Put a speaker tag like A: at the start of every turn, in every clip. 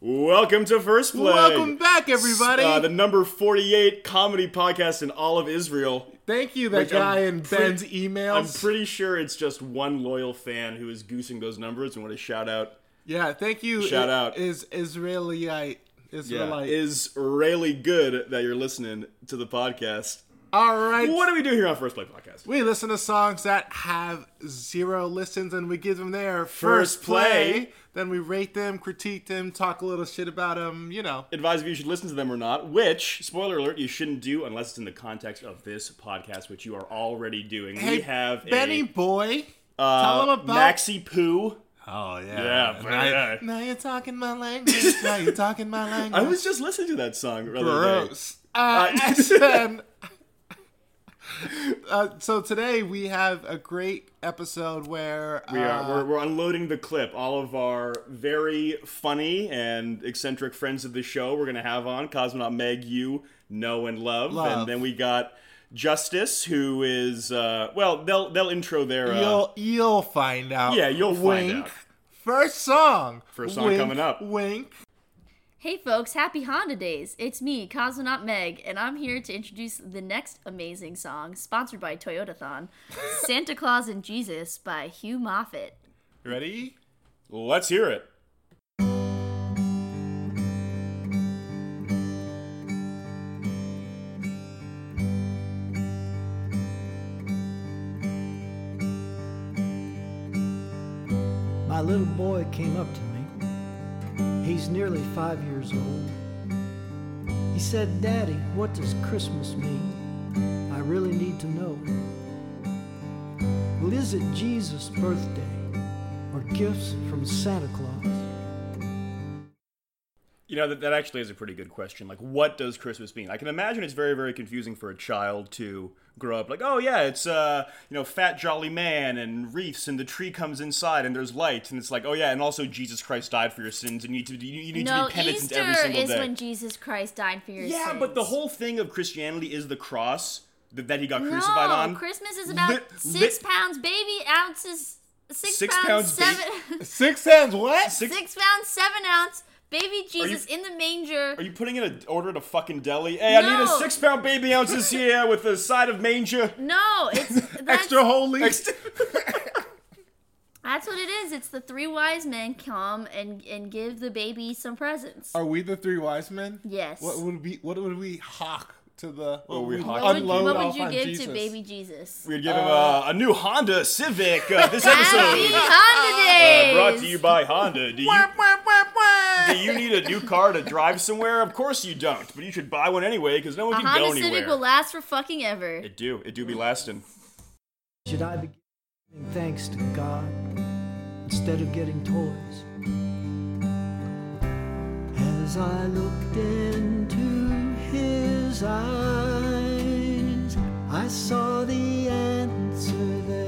A: Welcome to First Play.
B: Welcome back, everybody.
A: Uh, the number 48 comedy podcast in all of Israel.
B: Thank you, that
A: Which I'm
B: guy in
A: pretty-
B: Ben's emails.
A: I'm pretty sure it's just one loyal fan who is goosing those numbers and want to shout out
B: yeah, thank you.
A: Shout
B: I-
A: out.
B: Is Israelite.
A: yeah,
B: Israelite.
A: is really good that you're listening to the podcast.
B: All right.
A: What do we do here on First Play Podcast?
B: We listen to songs that have zero listens and we give them their
A: First
B: first,
A: play.
B: Then we rate them, critique them, talk a little shit about them, you know.
A: advise if you should listen to them or not, which, spoiler alert, you shouldn't do unless it's in the context of this podcast, which you are already doing. we
B: Hey,
A: have
B: Benny
A: a,
B: Boy.
A: uh,
B: tell him about.
A: Maxi Poo.
B: oh,
A: Yeah,
B: yeah.
A: but-
B: now,
A: yeah.
B: now you're talking my language. now you're talking my language.
A: I was just listening to that song. the other day.
B: gross. Uh,
A: Uh,
B: and then- uh, so today we have a great episode where
A: We are,
B: uh,
A: we're, we're unloading the clip. All of our very funny and eccentric friends of the show we're going to have on. Cosmonaut Meg, you know and love.
B: Love.
A: And then we got Justice, who is, uh, well, they'll they'll intro their. Uh,
B: you'll you'll find out.
A: yeah, you'll find
B: wink.
A: out.
B: First song.
A: First song
B: Wink,
A: coming up.
B: Wink.
C: Hey folks, happy Honda Days! It's me, Cosmonaut Meg, and I'm here to introduce the next amazing song, sponsored by Toyotathon, Santa Claus and Jesus by Hugh Moffat.
B: You ready?
A: let's hear it.
D: My little boy came up to me. He's nearly five years old. He said, Daddy, what does Christmas mean? I really need to know. Well, is it Jesus' birthday or gifts from Santa Claus?
A: You know, that, that actually is a pretty good question. Like, what does Christmas mean? I can imagine it's very, very confusing for a child to grow up like, oh, yeah, it's, uh, you know, fat jolly man and wreaths and the tree comes inside and there's light. And it's like, oh, yeah, and also Jesus Christ died for your sins and you need to, you, you need
C: no,
A: to be penitent
C: Easter
A: every single
C: is
A: day.
C: when Jesus Christ died for your
A: yeah,
C: sins.
A: but the whole thing of Christianity is the cross that, that he got
C: no,
A: crucified on.
C: Christmas is about
A: Lit-
C: six
A: lit-
C: pounds, baby ounces, six,
A: Six
C: pounds,
A: pounds, ba-
C: seven,
B: Six hands. What?
A: Six-
C: six pounds, seven ounce, baby Jesus in the manger.
A: Are you putting in an order at a fucking deli? Hey, I need a
C: No.
A: six pound baby ounces here with a side of manger.
C: no, it's that's,
B: Extra holy.
A: Next.
C: that's what it is. It's the three wise men come and and give the baby some presents.
B: Are we the three wise men?
C: Yes.
B: What would we? What would we hawk to the? What
A: would we
B: would
A: hawk?
C: What would-
B: unload
C: what
B: off
C: would you
B: on
C: give
B: Jesus?
C: to baby Jesus?
A: We'd give him uh, a new Honda Civic uh, this
C: Happy
A: episode.
C: holidays!
A: Brought to you by Honda. Do you,
B: Wah, wah, wah, wah.
A: do you need a new car to drive somewhere? Of course you don't, but you should buy one anyway because no one
C: A
A: can go
C: Honda
A: anywhere.
C: Oh, Civic will last for fucking ever.
A: it do. It do be lasting.
D: Should I be giving thanks to God instead of getting toys? As I looked into his eyes, I saw the answer there.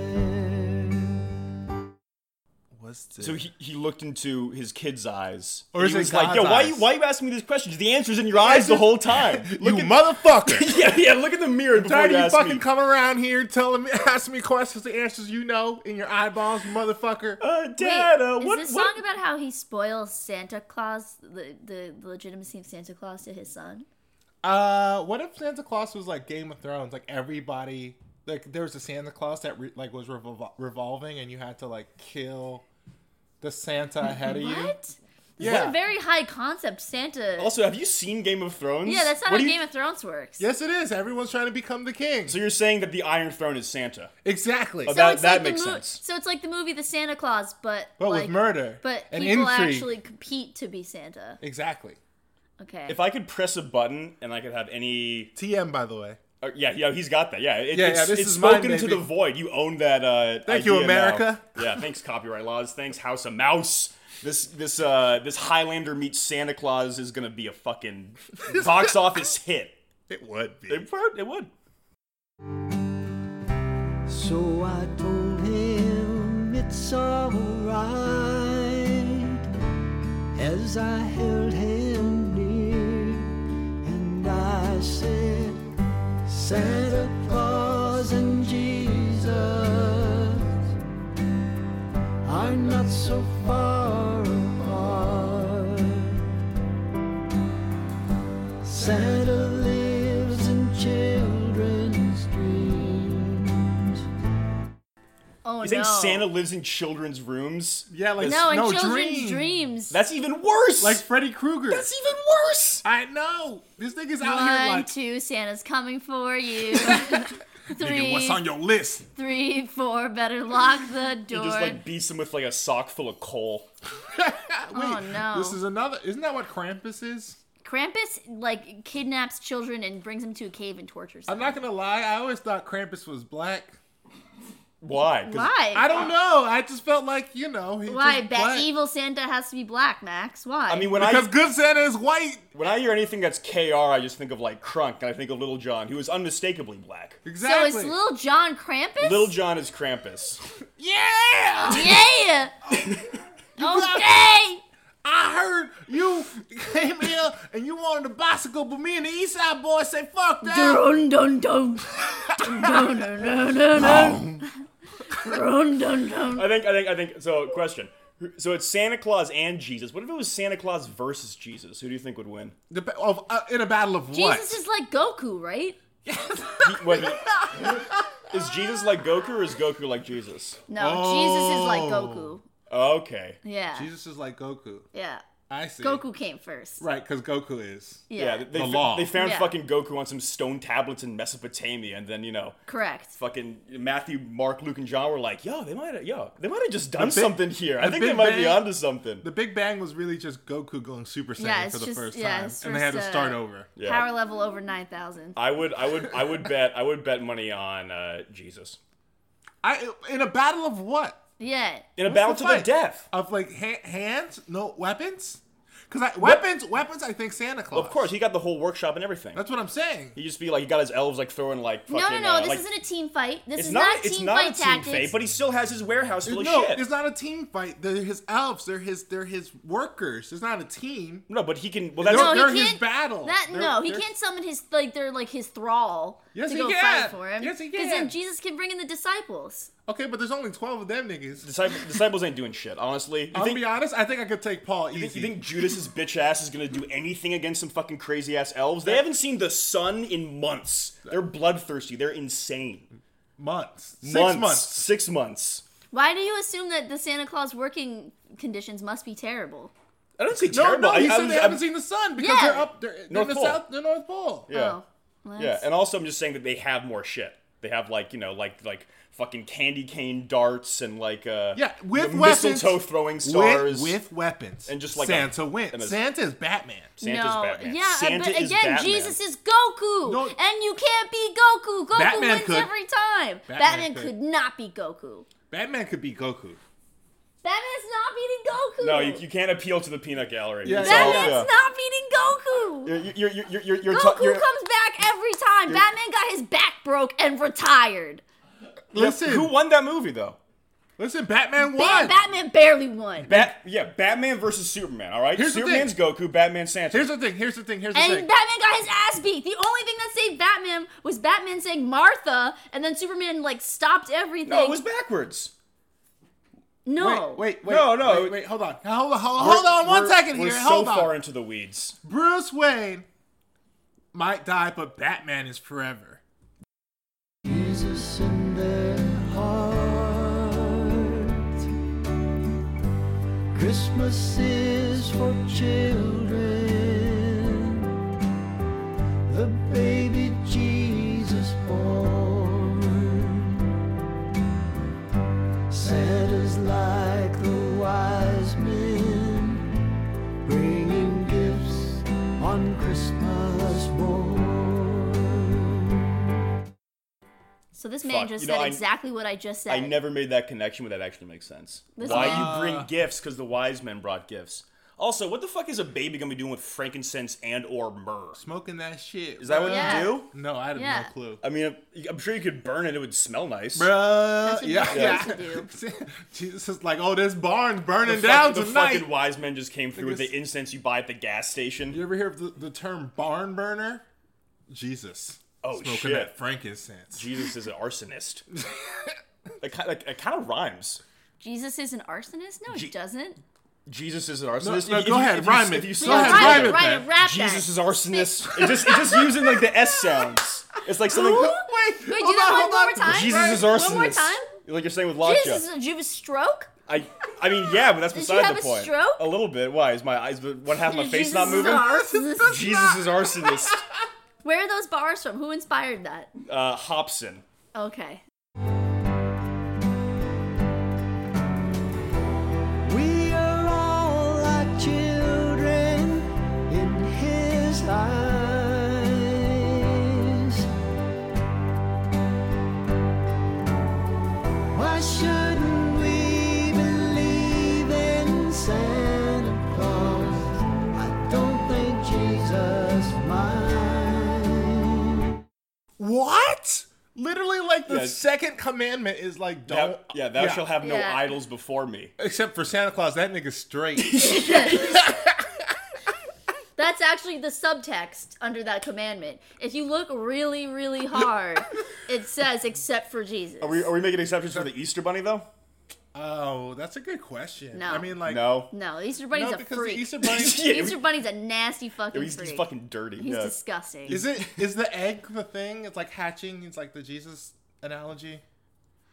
B: What's this?
A: So he, he looked into his kid's eyes.
B: Or
A: And
B: is
A: he
B: it
A: was like,
B: God's
A: yo, why you,
B: eyes?
A: why you asking me these questions? The answer's in your eyes the whole time. Look
B: you
A: at,
B: motherfucker!
A: yeah, yeah, look at the mirror before
B: Tired
A: you
B: of you
A: ask
B: fucking
A: me.
B: come around here telling me, asking me questions, the answers you know in your eyeballs, motherfucker.
A: uh,
C: Wait,
A: Dad, uh,
C: is
A: what,
C: this
A: what-
C: song about how he spoils Santa Claus, the, the legitimacy of Santa Claus to his son?
B: Uh, what if Santa Claus was like Game of Thrones? Like everybody, like there was a Santa Claus that re- like was revol- revolving, and you had to like kill the Santa ahead of you.
C: What? This is
B: Yeah.
C: a very high concept Santa.
A: Also, have you seen Game of Thrones?
C: yeah, that's not
A: What
C: how
A: do you-
C: Game of Thrones works.
B: Yes, it is. Everyone's trying to become the king.
A: So you're saying that the Iron Throne is Santa?
B: exactly.
A: So- Oh, that- that
C: the
A: makes
C: mo-
A: sense.
C: So it's like the movie The Santa Claus, but
B: But with
C: like-
B: murder
C: But
B: and
C: people
B: intrigue.
C: actually compete to be Santa.
B: exactly.
C: Okay.
A: If I could press a button and I could have any,
B: TM, by the way.
A: uh, yeah, yeah, he's got that. Yeah, it,
B: Yeah, yeah,
A: it's,
B: this
A: it's
B: is
A: spoken
B: mine,
A: to the
B: baby.
A: void. You own that. Uh,
B: Thank you,
A: idea now.
B: America.
A: Yeah, thanks copyright laws. Thanks House of Mouse. This this uh this Highlander meets Santa Claus is gonna be a fucking box office hit.
B: It would be.
A: It would. It would.
D: So I told him it's alright as I held him near and I said, Santa Claus and Jesus are not so far apart. Santa lives in children's dreams.
C: Oh
A: You
C: no.
A: think Santa lives in children's rooms?
B: Yeah, like
C: no, in
B: no
C: children's
B: dream.
C: dreams.
A: That's even worse.
B: like Freddy Krueger.
A: that's even worse.
B: I know this nigga's out here
C: One,
B: like
C: two, Santa's coming for you.
B: nigga, what's
C: three,
B: on your list?
C: three, four. Better lock the
A: He
C: door.
A: just like beats him with like a sock full of coal.
B: ah, Wait,
C: Oh, no.
B: this is another. Isn't that what Krampus is?
C: Krampus like kidnaps children and brings them to a cave and tortures them.
B: I'm not gonna lie. I always thought Krampus was black.
A: Why? 'Cause
C: Why?
B: I don't know. I just felt like you know. he
C: Why?
B: just
C: That
B: black.
C: evil Santa has to be black, Max. Why?
A: I mean, when
B: Because
A: I
B: good Santa is white.
A: when I hear anything that's KR, I just think of like Crunk, and I think of Little John, who is unmistakably black.
C: so
B: Exactly.
C: is Little John Krampus?
A: Little John is Krampus.
B: yeah.
C: Yeah. Oh, okay.
B: I heard you came here and you wanted a bicycle, but me and the East Side boys say fuck that.
C: Dun dun dun. Dun dun dun dun dun. Dun dun dun.
A: I think I think I think so. Question. So it's Santa Claus and Jesus. What if it was Santa Claus versus Jesus? Who do you think would win?
B: The ba- of, uh, in a battle of what?
C: Jesus is like Goku, right?
A: He- what he- is Jesus like Goku or is Goku like Jesus?
C: No, Jesus is like Goku.
A: Okay.
C: Yeah.
B: Jesus is like Goku.
C: Yeah.
B: I see.
C: Goku came first.
B: Right, because Goku is.
A: Yeah,
C: Yeah.
A: they, they,
B: The
A: fa-
B: law.
A: they found
C: Yeah.
A: fucking Goku on some stone tablets in Mesopotamia, and then you know,
C: Correct.
A: fucking Matthew, Mark, Luke, and John were like, "Yo, they might, have, yo, they might have just done
B: Big-
A: something here. I
B: the
A: think they
B: Big
A: might be
B: Bang-
A: onto something."
B: The Big Bang was really just Goku going Super Saiyan
C: Yeah, it's
B: for the
C: just-
B: first
C: yeah,
B: time,
C: it's
B: and they had to
C: just, uh,
B: start over.
A: yeah.
C: Power level over 9,000.
A: I would, I would, I would bet, I would bet money on uh, Jesus
B: I in a battle of what?
C: Yeah.
A: in a
B: What's
A: battle
B: the
A: to
B: fight?
A: the death.
B: Of like ha- hands? No weapons? Because weapons, weapons. I think Santa Claus.
A: Of course, he got the whole workshop and everything.
B: That's what I'm saying.
A: He just be like, he got his elves like throwing like fucking.
C: No, no, no.
A: uh,
C: this
A: like-
C: isn't a team fight. This
A: It's
C: is
A: not.
C: not, a
A: it's
C: team
A: not
C: fight
A: a team
C: tactics.
A: fight, but he still has his warehouse full of
B: no,
A: shit.
B: it's not a team fight. They're his elves. They're his. They're his workers. It's not a team.
A: no, but he can. Well, that's
C: no,
B: they're
C: he
B: his
C: can't.
B: battle.
C: That
B: They're-
C: no, he
B: they're-
C: can't summon his like they're like his thrall
B: Yes,
C: to
B: he
C: go
B: can.
C: fight for him.
B: Yes, he
C: Because then
B: can.
C: Jesus can bring in the disciples.
B: Okay, but there's only twelve of them niggas.
A: disciples, disciples ain't doing shit. Honestly, you
B: I'll
A: think,
B: be honest. I think I could take Paul
A: you think-
B: easy.
A: you think Judas's bitch ass is gonna do anything against some fucking crazy ass elves? They haven't seen the sun in months. They're bloodthirsty. They're insane.
B: months. Six
A: months,
B: months.
A: Six months.
C: Why do you assume that the Santa Claus working conditions must be terrible?
A: I don't say
B: No,
A: terrible.
B: no.
A: I,
B: He
A: I
B: said
A: was-
B: they haven't
A: I'm-
B: seen the sun because
C: Yeah.
B: they're up. They're, they're
A: North
B: in the
A: Pole.
B: south. The North Pole.
A: Yeah.
C: Oh, well,
A: Yeah,
C: that's-
A: and also I'm just saying that they have more shit. They have like you know like like fucking candy cane darts and like uh
B: Yeah, with
A: mistletoe
B: weapons.
A: throwing
B: With,
A: stars
B: with weapons
A: And just like a-
B: Santa wins.
A: and a-
B: Santa is Batman.
A: Santa's
C: no,
A: Batman.
C: yeah,
A: Santa
C: but
A: is
C: again,
A: Batman.
C: Jesus is Goku,
B: No.
C: and you can't be Goku. Goku
B: Batman
C: wins
B: could.
C: every time.
B: Batman
C: Batman,
B: could.
C: could not be Goku.
B: Batman could be Goku.
C: Batman's not beating Goku.
A: No, you, you can't appeal to the peanut gallery.
B: Yeah,
A: It's all-
C: Batman's
A: yeah.
C: not beating Goku.
A: You're, you're, you're, you're, you're,
C: Goku
A: t- you're
C: comes back every time. Batman got his back broke and retired.
B: Listen,
A: Who won that movie though?
B: listen. Batman won.
C: Ba- Batman barely won.
A: Bat, yeah, Batman versus Superman. All right,
B: Here's the
A: Superman's Goku, Batman's Santa.
B: Here's the thing. Here's the thing. Here's the
C: and
B: thing.
C: Batman got his ass beat. The only thing that saved Batman was Batman saying Martha, and then Superman like stopped everything.
A: no, it was backwards.
C: No.
B: Wait, wait, wait.
A: No, no.
B: Wait, wait, hold on. Hold on, hold on, hold on one
A: We're-
B: second
A: We're
B: here.
A: so
B: hold on.
A: far into the weeds.
B: Bruce Wayne might die, but Batman is forever.
D: Jesus in their heart. Christmas is for children. The baby Jesus born. Santa's like the wise men, bringing gifts on Christmas morn.
C: so this man
A: Fuck,
C: just
A: you know,
C: said
A: I-
C: exactly what I just said.
A: I never made that connection, but that actually makes sense.
C: This
A: Why
C: man-
B: Ah.
A: you bring gifts? Because the wise men brought gifts. Also, what the fuck is a baby gonna be doing with frankincense and or myrrh?
B: Smoking that shit.
A: Is that what
C: Yeah.
A: you do?
B: No, I have
C: Yeah.
B: no clue.
A: I mean, I'm sure you could burn it; it would smell nice.
B: Bruh.
C: what
B: Uh, Yeah.
C: you
B: yeah.
C: used
B: Jesus is like, oh, this barn's burning
A: The
B: down
A: fuck- the
B: tonight.
A: fucking wise men just came through with
B: Because-
A: the incense you buy at the gas station.
B: you ever hear of the, the term barn burner? Jesus.
A: Oh,
B: Smoking
A: shit.
B: that frankincense.
A: Jesus is an arsonist. that kind, that, that kind of rhymes.
C: Jesus is an arsonist? No, he
A: Je-
C: doesn't.
A: Jesus is an arsonist.
B: No,
A: If-
B: no,
A: if
B: go
A: you-
B: ahead,
A: if you-
B: rhyme
A: if
B: it.
A: you
B: Go
A: saw
C: No,
B: ahead,
A: it,
B: rhyme
C: rhyme
B: it,
C: it, rhyme it, rap
A: Jesus
C: that.
A: is arsonist. It just, it's just using like the S sounds. It's like something.
B: Wait,
C: Wait, do
B: hold
C: that
B: on,
C: one
B: hold
C: one
B: on.
C: more time.
A: Jesus is arsonist.
C: One more time.
A: Like you're saying with lockjaw.
C: Jesus is a Jewish stroke.
A: I, I mean, yeah, but that's
C: Did you
A: beside
C: have a
A: the point.
C: stroke?
A: A little bit. Why is my eyes? One half my face
C: Jesus
A: not
C: is
A: moving?
C: an arsonist.
A: Jesus is arsonist.
C: Where are those bars from? Who inspired that?
A: Uh, Hobson.
C: Okay.
D: We are all like children in His eyes. Why shouldn't we believe in Santa Claus? I don't think Jesus minds.
B: What? Literally, like the
A: Yeah.
B: second commandment is like, don't.
A: Thou- yeah, thou shall have no
C: Yeah.
A: idols before me.
B: Except for Santa Claus, that nigga's straight.
C: That's actually the subtext under that commandment. If you look really, really hard, it says except for Jesus.
A: Are we, are we making exceptions for the Easter Bunny though?
B: oh, that's a good question.
C: No.
B: I mean, like,
A: No.
C: no, the Easter Bunny's
B: no,
C: a
B: because
C: freak.
B: the Easter Bunny
A: Yeah,
C: Easter Bunny's a nasty fucking
A: he's,
C: freak.
A: he's fucking dirty.
C: He's
A: yeah.
C: disgusting.
B: is it? Is the egg the thing? It's like hatching. It's like the Jesus analogy,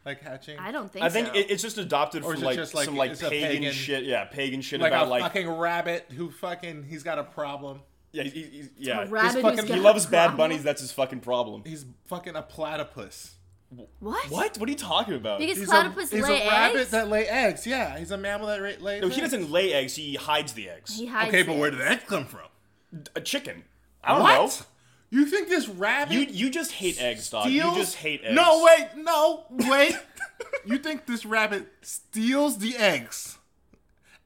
B: like hatching.
C: I don't think.
A: I think
C: so.
A: it, it's just adopted
B: Or
A: from
B: is it
A: like,
B: just like
A: some like
B: it's a
A: pagan,
B: pagan-
A: shit. Yeah, pagan shit
B: like
A: about
B: a
A: like
B: fucking rabbit who fucking he's got a problem.
A: yeah, he, he- yeah.
C: A rabbit who's
B: fucking-
C: got
B: he
A: he
C: a
A: loves bad
C: problem.
A: bunnies. That's his fucking problem.
B: He's fucking a platypus.
C: What?
A: What? What are you talking about?
C: Because
B: He's
C: platypus
B: a, he's
C: lay
B: a rabbit
C: eggs?
B: that lay eggs. Yeah, he's a mammal that ra- lays.
A: No, he
B: eggs.
A: doesn't lay eggs. He hides the eggs.
C: He hides
B: Okay, but
C: it.
B: where did that come from?
A: A chicken. I don't
B: what? You think this rabbit?
A: know. You you just hate eggs, dog.
B: steals?
A: You just hate eggs.
B: No, wait, no, wait. you think this rabbit steals the eggs,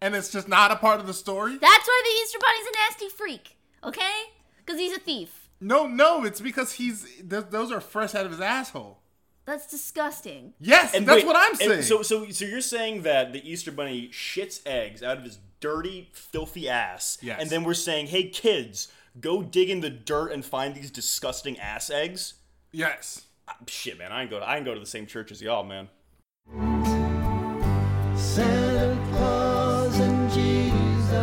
B: and it's just not a part of the story?
C: That's why the Easter Bunny's a nasty freak. Okay? Because he's a thief.
B: no, no, it's because he's th- those are fresh out of his asshole.
C: That's disgusting.
B: Yes,
A: And
B: that's
A: wait,
B: what I'm
A: and
B: saying.
A: So so so you're saying that the Easter Bunny shits eggs out of his dirty, filthy ass,
B: Yes.
A: and then we're saying, hey kids, go dig in the dirt and find these disgusting ass eggs.
B: yes,
A: Ah, Shit, man, I ain't go. To, I ain't go to the same church as y'all, man.
D: Santa Claus and Jesus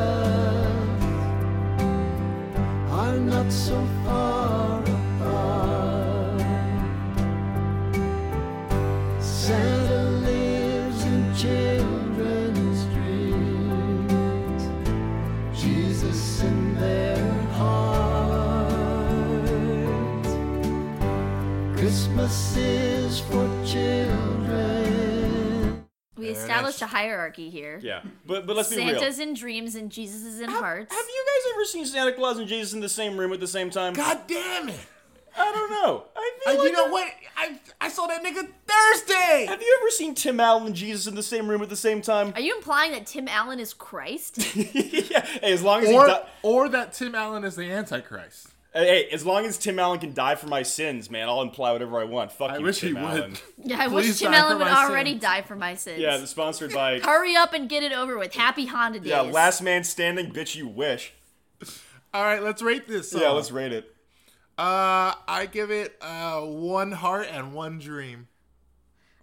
D: are not so far apart. Santa lives in children's dreams, Jesus in their hearts. Christmas is for children.
C: We established a hierarchy here.
A: Yeah, but but let's be real.
C: Santa's in dreams and Jesus is in hearts.
A: Have you guys ever seen Santa Claus and Jesus in the same room at the same time?
B: God damn it!
A: I don't know. I
B: Uh,
A: feel like
B: you know what? I I saw that nigga Thursday.
A: Have you ever seen Tim Allen and Jesus in the same room at the same time?
C: Are you implying that Tim Allen is Christ?
A: yeah, hey, as long as he
B: or
A: di-
B: or that Tim Allen is the Antichrist.
A: hey, as long as Tim Allen can die for my sins, man, I'll imply whatever I want. Fuck
B: I
A: you,
B: wish
A: Tim
B: he
A: Allen.
B: would.
C: yeah, I
B: Please
C: wish Tim
B: die
C: Allen
B: for
C: would
B: my
C: already
B: sins.
C: die for my sins.
A: Yeah, the sponsored by
C: Hurry up and get it over with. Happy Honda days.
A: yeah, Last Man Standing, bitch. You wish.
B: All right, let's rate this. Song.
A: Yeah, let's rate it.
B: Uh, I give it uh one heart and one dream.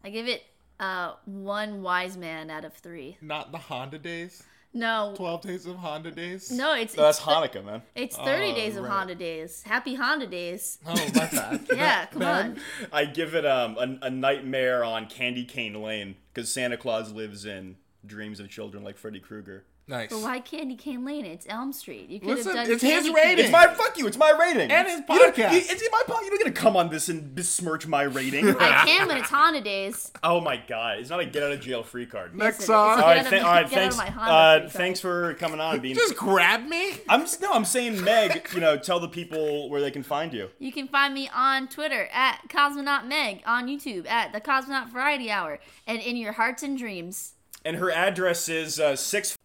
C: I give it uh one wise man out of three.
B: Not the Honda days.
C: No.
B: Twelve days of Honda days. Oh,
C: No, it's
A: No, that's
C: it's,
A: Hanukkah, man.
C: it's 30 days of
B: right.
C: Honda days. Happy Honda days.
B: Oh my bad.
C: Yeah, come on.
A: I give it um a, a nightmare on Candy Cane Lane because Santa Claus lives in dreams of children like Freddy Krueger.
B: Nice.
C: But why Candy Cane Lane? It's Elm Street. You could
B: Listen,
C: have done
B: it's his
C: Candy Cane-
B: rating.
A: It's my fuck you. It's my rating.
B: And his
A: You don't-
B: podcast.
A: Oh, you- it's in my podcast. You're not gonna come on this and besmirch my rating.
C: I can when it's Honda days.
A: oh my god, it's not a get out of jail free card.
B: Next
C: Listen, it's
B: song.
A: All
C: Get
A: right,
C: out of
A: th-
C: my-
A: all right,
C: get out of
A: thanks.
C: my Honda
A: Uh,
C: free card.
A: thanks for coming on, Bean.
B: Just grab me.
A: I'm s- no, I'm saying Meg. You know, tell the people where they can find you.
C: You can find me on Twitter at Cosmonaut Meg, on YouTube at the Cosmonaut Variety Hour, and in your hearts and dreams.
A: And her address is uh, six.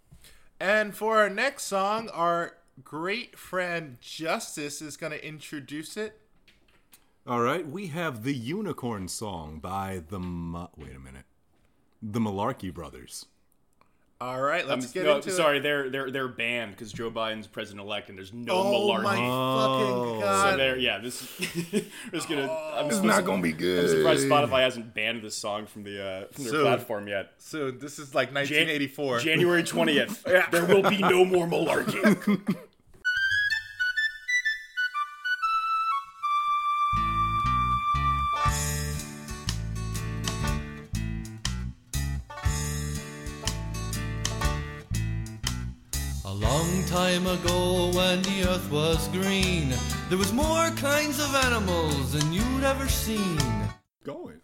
B: And for our next song, our great friend Justice is going to introduce it.
E: All right, we have the Unicorn Song by the Mu- wait a minute, the Malarkey Brothers.
F: All right, let's
A: Um,
F: get
A: no,
F: into
A: sorry,
F: it.
A: they're they're they're banned because Joe Biden's president elect, and there's no
F: Oh
A: malarkey.
F: my fucking god! Oh.
A: So there, yeah, this is gonna. I'm
F: it's
A: supposed
F: not
A: to-
F: gonna be good.
A: I'm surprised Spotify hasn't banned this song from the uh, from their
B: So-
A: platform yet.
B: So this is like
A: Jan-
B: 1984.
A: January twentieth. There will be no more malarkey.
G: A long time ago, when the earth was green, there was more kinds of animals than you'd ever seen.
E: Going.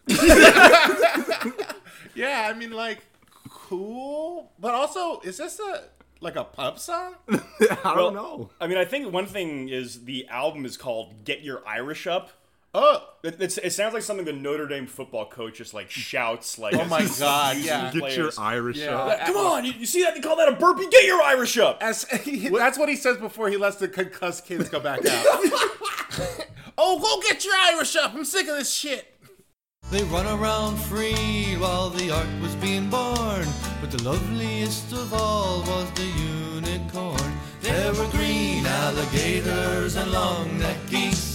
B: Yeah, I mean like cool, but also is this a like a pub song?
E: I
A: Well,
E: don't know.
A: I mean, I think one thing is the album is called "Get Your Irish Up."
B: Oh,
A: It, it's, it sounds like something the Notre Dame football coach just like shouts like.
B: oh my god, yeah.
E: Get your
A: players.
E: Irish
B: Yeah.
E: up.
A: Come on, you, you see that? They call that a burpee. Get your Irish up.
B: As, that's what he says before he lets the concussed kids go back out. oh, go get your Irish up. I'm sick of this shit.
G: They run around free while the ark was being born, but the loveliest of all was the unicorn. There were green alligators and long-necked geese,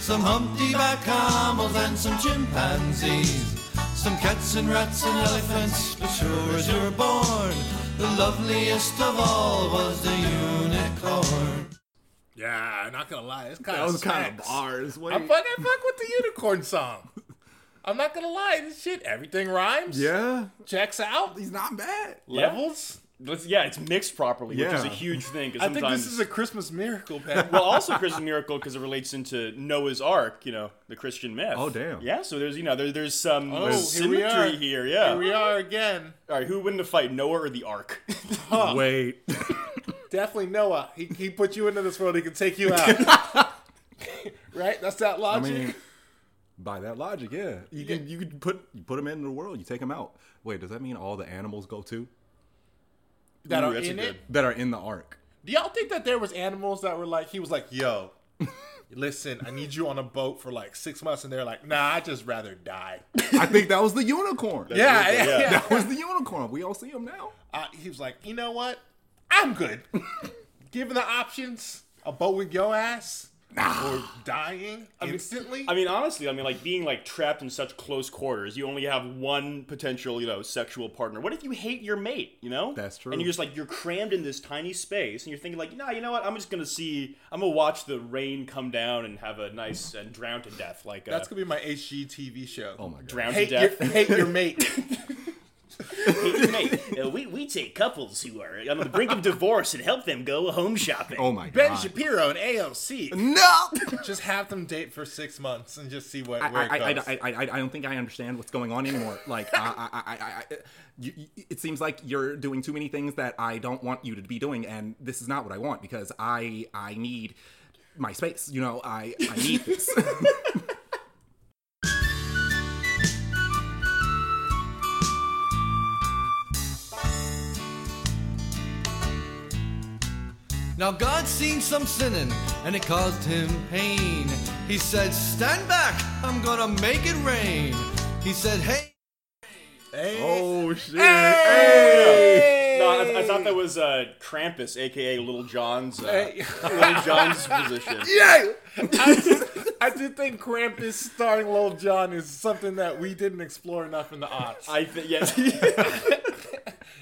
G: some humpty-back camels and some chimpanzees, some cats and rats and elephants. But sure as you were born, the loveliest of all was the unicorn.
B: Yeah, not gonna lie, it's kind
E: That was kind of
B: snacks.
E: bars. Wait.
B: I'm fucking fuck with the unicorn song. I'm not gonna lie, this shit, everything rhymes.
E: yeah,
B: checks out
E: he's not bad.
B: levels.
A: Let's, yeah, it's mixed properly, which is a
E: Yeah.
A: huge thing. 'cause
B: I think
A: sometimes-
B: this is a Christmas miracle, man.
A: well, also Christian miracle because it relates into Noah's Ark, you know, the Christian myth.
E: Oh, damn.
A: Yeah, so there's you know there, there's some
B: Oh, here
A: symmetry
B: we are.
A: here, Yeah.
B: Here we are again.
A: All right, who would win to fight Noah or the Ark?
E: Wait.
B: Definitely Noah. He, he put you into this world. He can take you out. right? That's that
E: I
B: logic.
E: mean, by that logic, yeah, you can you could put you put them in the world. You take them out. Wait, does that mean all the animals go too
B: that
A: Ooh,
B: are
A: that's a
B: in
A: good-
B: it.
E: that are in the ark?
B: Do y'all think that there was animals that were like he was like, yo, listen, I need you on a boat for like six months, and they're like, nah, I would just rather die.
E: I think that was the unicorn.
B: yeah,
A: yeah,
B: yeah,
A: yeah.
B: yeah.
E: that was the unicorn. Oh We all see him now.
B: Uh, he was like, you know what? I'm good. Given the options, a boat with your ass or dying instantly.
A: I mean, honestly, I mean, like being like trapped in such close quarters, you only have one potential, you know, sexual partner. What if you hate your mate? You know,
E: That's true.
A: And you're just like you're crammed in this tiny space, and you're thinking like, nah, you know what? I'm just gonna see, I'm gonna watch the rain come down and have a nice and drown to death, like uh,
B: That's gonna be my HGTV show.
E: Oh my god.
A: drown
B: hate
A: to death.
B: your hate your mate.
A: Mate, uh, we, we take couples who are on the brink of divorce and help them go home shopping.
E: Oh my
B: Ben
E: god.
B: Shapiro and AOC.
E: no.
B: Just have them date for six months and just see what
E: I,
B: where it
E: I, I,
B: goes.
E: I, I, I don't think I understand what's going on anymore. Like, I, I, I, I, I, you, you- it seems like you're doing too many things that I don't want you to be doing, and this is not what I want because I, I need my space. You know, I, I need this.
G: Now God seen some sinning, and it caused him pain. He said, Stand back, I'm gonna make it rain. He said, Hey,
E: oh shit!
A: No, I, I thought that was uh, Krampus, aka Little John's uh, Little John's position.
B: Yeah, I, just- I do think Krampus starring Lil Jon is something that we didn't explore enough in the odds.
A: I th- yeah.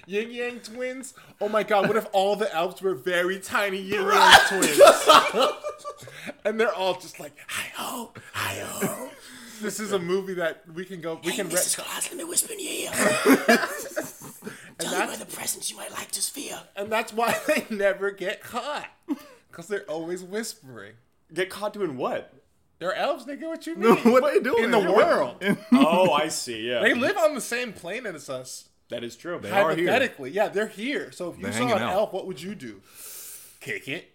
B: Yin Yang twins. Oh my god, what if all the elves were very tiny Yin Yang twins? and they're all just like, hi ho, hi ho. This is a movie that we can go, we can re-
H: Let me whisper in your ear. Tell you
B: that's-
H: where the presents you might like to fear.
B: and that's why they never get caught. Because they're always whispering.
A: Get caught doing what?
B: They're elves, nigga, what you mean?
E: what are they doing
B: in the world.
A: Oh, I see. Yeah,
B: They live on the same planet as us.
A: that is true.
E: They are here.
B: Hypothetically, yeah, they're here. So if you
E: They're
B: saw
E: hanging
B: an
E: out.
B: elf, what would you do? Kick it.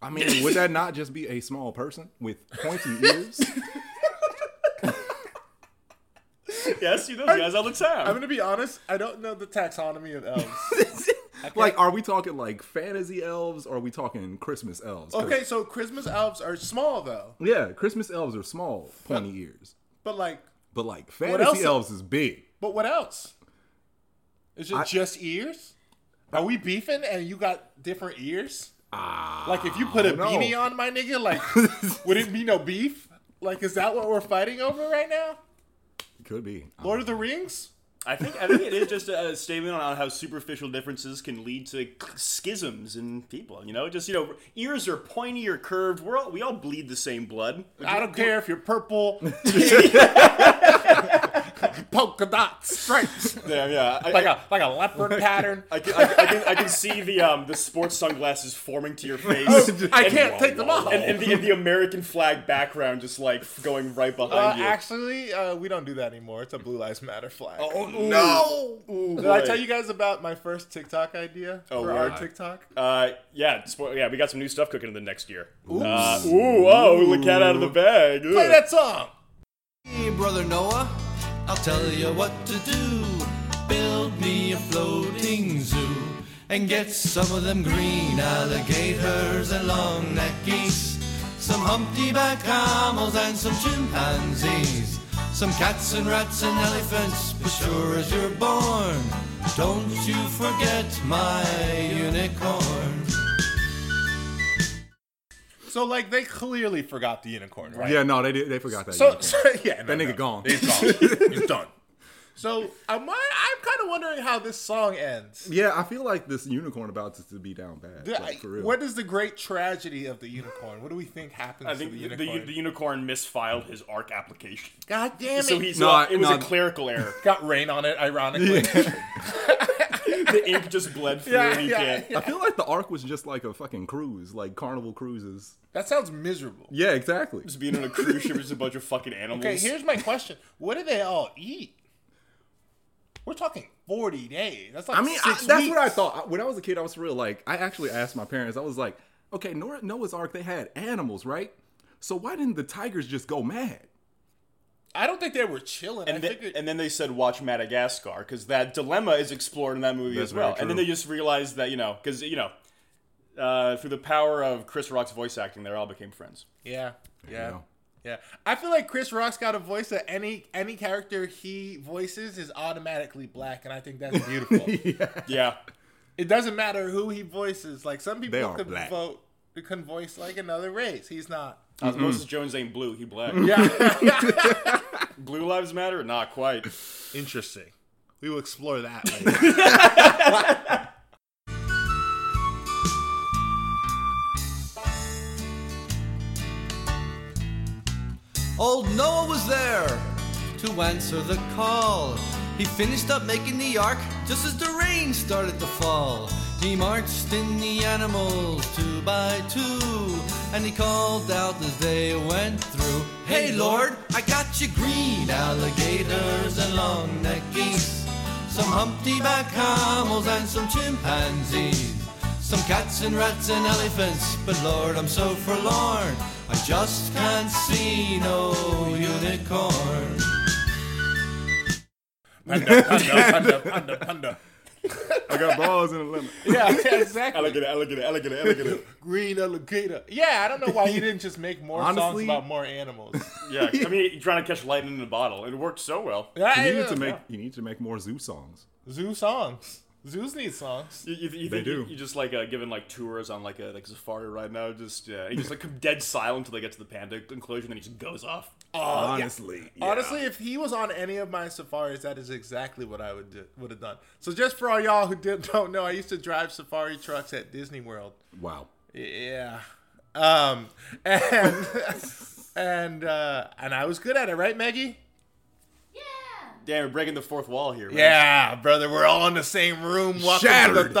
E: I mean, would that not just be a small person with pointy ears?
A: Yeah, I see those guys all the time.
B: I'm gonna be honest. I don't know the taxonomy of elves.
E: like, are we talking like fantasy elves or are we talking Christmas elves? 'Cause-
B: Okay, so Christmas elves are small though,
E: Yeah, Christmas elves are small, pointy ears.
B: but like,
E: But like
B: else-
E: fantasy elves is big.
B: but what else? Is it
E: I-
B: just ears? Are we beefing and you got different ears?
A: Ah,
B: like if you put a
E: don't know.
B: beanie on my nigga, like would it be no beef? Like is that what we're fighting over right now?
E: Could be.
B: Lord of the Rings?
A: I think I think it is just a statement on how superficial differences can lead to schisms in people. You know, just you know, ears are pointy or curved. We're all we all bleed the same blood.
B: I don't care if you're purple. Polka dot stripes.
A: Damn, yeah. I,
B: Like a like a leopard pattern.
A: I can, I, can- I can, I can see the um, the sports sunglasses forming to your face.
B: Oh, I
A: And-
B: can't take them off.
A: And, and, the, and the American flag background just like going right
B: Uh,
A: behind you.
B: actually, uh, we don't do that anymore. It's a Blue Lives Matter flag.
A: oh no!
B: Did I tell you guys about my first TikTok idea
A: Oh,
B: for our
A: word.
B: TikTok?
A: Uh, yeah, spo- yeah, we got some new stuff cooking in the next year. Ooh, uh, ooh, oh, the cat out of the bag.
B: Play
A: Ugh.
B: that song.
G: Hey, Brother Noah, I'll tell you what to do. Build me a floating zoo and get some of them green alligators and long neck geese, some humpty back camels and some chimpanzees, some cats and rats and elephants, as sure as you're born. Don't you forget my unicorn.
B: So like they clearly forgot the unicorn, right?
E: Yeah, no, they did, they forgot that.
B: So,
E: unicorn.
B: so yeah, no,
E: that nigga
B: no.
E: gone.
B: He's gone. He's done. So I'm I'm kind of wondering how this song ends.
E: yeah, I feel like this unicorn about to, to be down bad.
B: The-
E: like, for real.
B: What is the great tragedy of the unicorn? What do we think happens
A: I think
B: to
A: the,
B: the
A: the,
B: unicorn?
A: the unicorn misfiled his ARC application.
B: God damn it!
A: So he's
E: No,
A: not,
E: I-
A: it was
E: no.
A: a clerical error.
B: got rain on it, ironically.
A: the ink just bled through
B: Yeah,
A: and he
B: yeah,
A: can't.
E: I feel like the arc was just like a fucking cruise, like Carnival Cruises.
B: That sounds miserable.
E: Yeah, exactly.
A: Just being on a cruise ship with just a bunch of fucking animals.
B: Okay, here's my question: What do they all eat? We're talking forty days. That's like
E: I mean, I,
B: six
E: that's
B: weeks.
E: what I thought. I- When I was a kid, I was real like, I actually asked my parents, I was like, okay, Nor- Noah's Ark, they had animals, right? So why didn't the tigers just go mad?
B: I don't think they were chilling. I
A: and, then,
B: figured,
A: and then they said watch Madagascar because that dilemma is explored in that movie
E: That's
A: as well.
E: very
A: And then
E: true.
A: they just realized that you know because you know uh, through the power of Chris Rock's voice acting, they all became friends.
B: yeah, yeah,
E: know.
B: yeah. I feel like Chris Rock's got a voice that any any character he voices is automatically black, and I think that's beautiful.
A: Yeah,
B: it doesn't matter who he voices. Like some
E: They
B: people
E: are
B: could
E: black.
B: vote, can voice like another race. He's not.
A: Osmosis Uh, Jones ain't blue; he black.
B: Yeah,
A: Blue lives matter? Not quite.
B: interesting. We will explore that. later.
G: Old Noah was there to answer the call. He finished up making the ark just as the rain started to fall. He marched in the animals two by two, and he called out as they went through. Hey Lord, I got you green alligators and long-necked geese, some humpty-back camels and some chimpanzees. Some cats and rats and elephants, but Lord, I'm so forlorn. I just can't see no unicorn.
B: Punda, punda, punda.
E: I got balls in the lemon.
B: Yeah, exactly.
A: Alligator, alligator, alligator, alligator.
B: Green alligator. Yeah, I don't know why you didn't just make more songs
E: Honestly-
B: about more animals.
A: Yeah, I mean, you're trying to catch lightning in a bottle. It worked so well.
B: Yeah,
E: You
B: yeah,
E: need to make
B: yeah.
E: you need to make more zoo songs.
B: zoo songs. Zoos need songs.
A: You, you, you
E: They
A: think
E: do.
A: You, you just like uh, giving like tours on like a like safari right now. Just yeah, you just like dead silent until they get to the panda enclosure, and then he just goes off.
E: Honestly. yeah.
B: Oh, Honestly, if he was on any of my safaris, that is exactly what I would do, would have done. So just for all y'all who did, don't know, I used to drive safari trucks at Disney World.
E: Wow.
B: Yeah. Um and and uh and I was good at it, right, Maggie?
C: Yeah.
A: Damn, we're breaking the fourth wall here. man.
B: Yeah, brother, we're all in the same room. Welcome to
E: Shattered.
B: the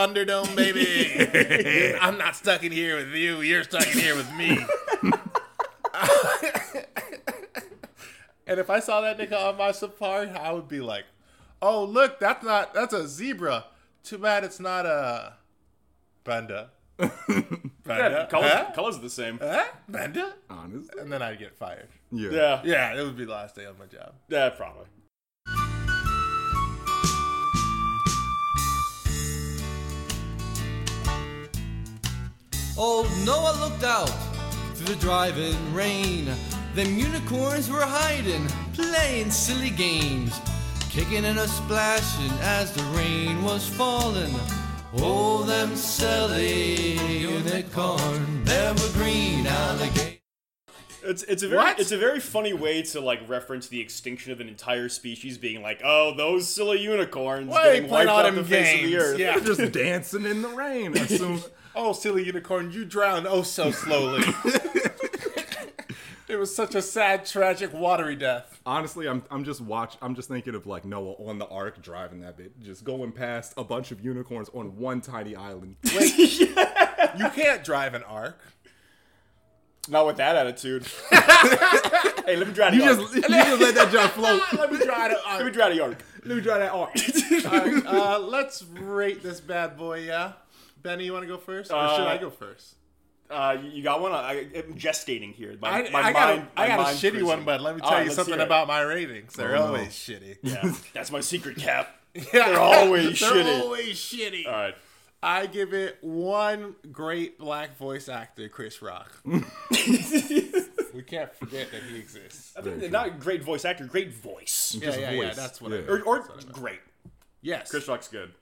B: Thunderdome, baby. I'm not stuck in here with you. You're stuck in here with me. and if I saw that nigga on my safari, I would be like, "Oh, look, that's not that's a zebra. Too bad it's not a panda."
A: Yeah,
B: Panda.
A: colors,
B: Huh?
A: colors are the same.
B: Huh? Panda?
E: Honestly.
B: And then I'd get fired.
E: Yeah.
A: Yeah, yeah,
B: Yeah, it would be the last day of my job.
A: probably.
G: Old Noah looked out through the driving rain. Them unicorns were hiding, playing silly games, kicking and a splashing as the rain was falling. Oh, them silly unicorn. There were green alligators.
A: It's, it's a very it's a very funny way to like reference the extinction of an entire species, being like, oh, those silly unicorns
B: Why they
A: getting
B: playing
A: wiped off the
B: autumn
A: face of the
B: games?
A: earth.
B: Yeah.
E: Just dancing in the rain. As soon-
B: Oh, silly unicorn, you drowned oh so slowly. it was such a sad, tragic, watery death.
E: honestly, I'm I'm just watch. I'm just thinking of like Noah on the ark driving that bit, just going past a bunch of unicorns on one tiny island.
B: You can't drive an ark.
A: Not with that attitude. hey, let me drive the
E: You
A: ark.
E: just you just let that job float.
B: Let me try to
A: let me drive the ark.
E: Let me try that ark.
B: Uh, let's rate this bad boy, yeah? Benny, you want to go first? Or should
A: Uh,
B: I go first?
A: Uh, you- you got one? I, I'm gestating here. My,
B: I,
A: my
B: I
A: mind,
B: got a,
A: my
B: I got a
A: mind
B: shitty one,
A: frizzing.
B: but let me
A: All
B: tell
A: right,
B: you
A: let's
B: something
A: hear it. Oh,
B: about my ratings. They're
E: no.
B: always shitty.
A: Yeah, that's my secret cap.
B: They're
A: always shitty.
B: They're always shitty.
A: All right.
B: I give it one great black voice actor, Chris Rock. we can't forget that he exists.
A: I think not great voice actor, great voice.
B: Yeah, yeah, yeah.
E: voice.
B: That's what. I
E: Yeah.
B: meant.
A: Or, or great.
B: yes,
A: Chris Rock's good.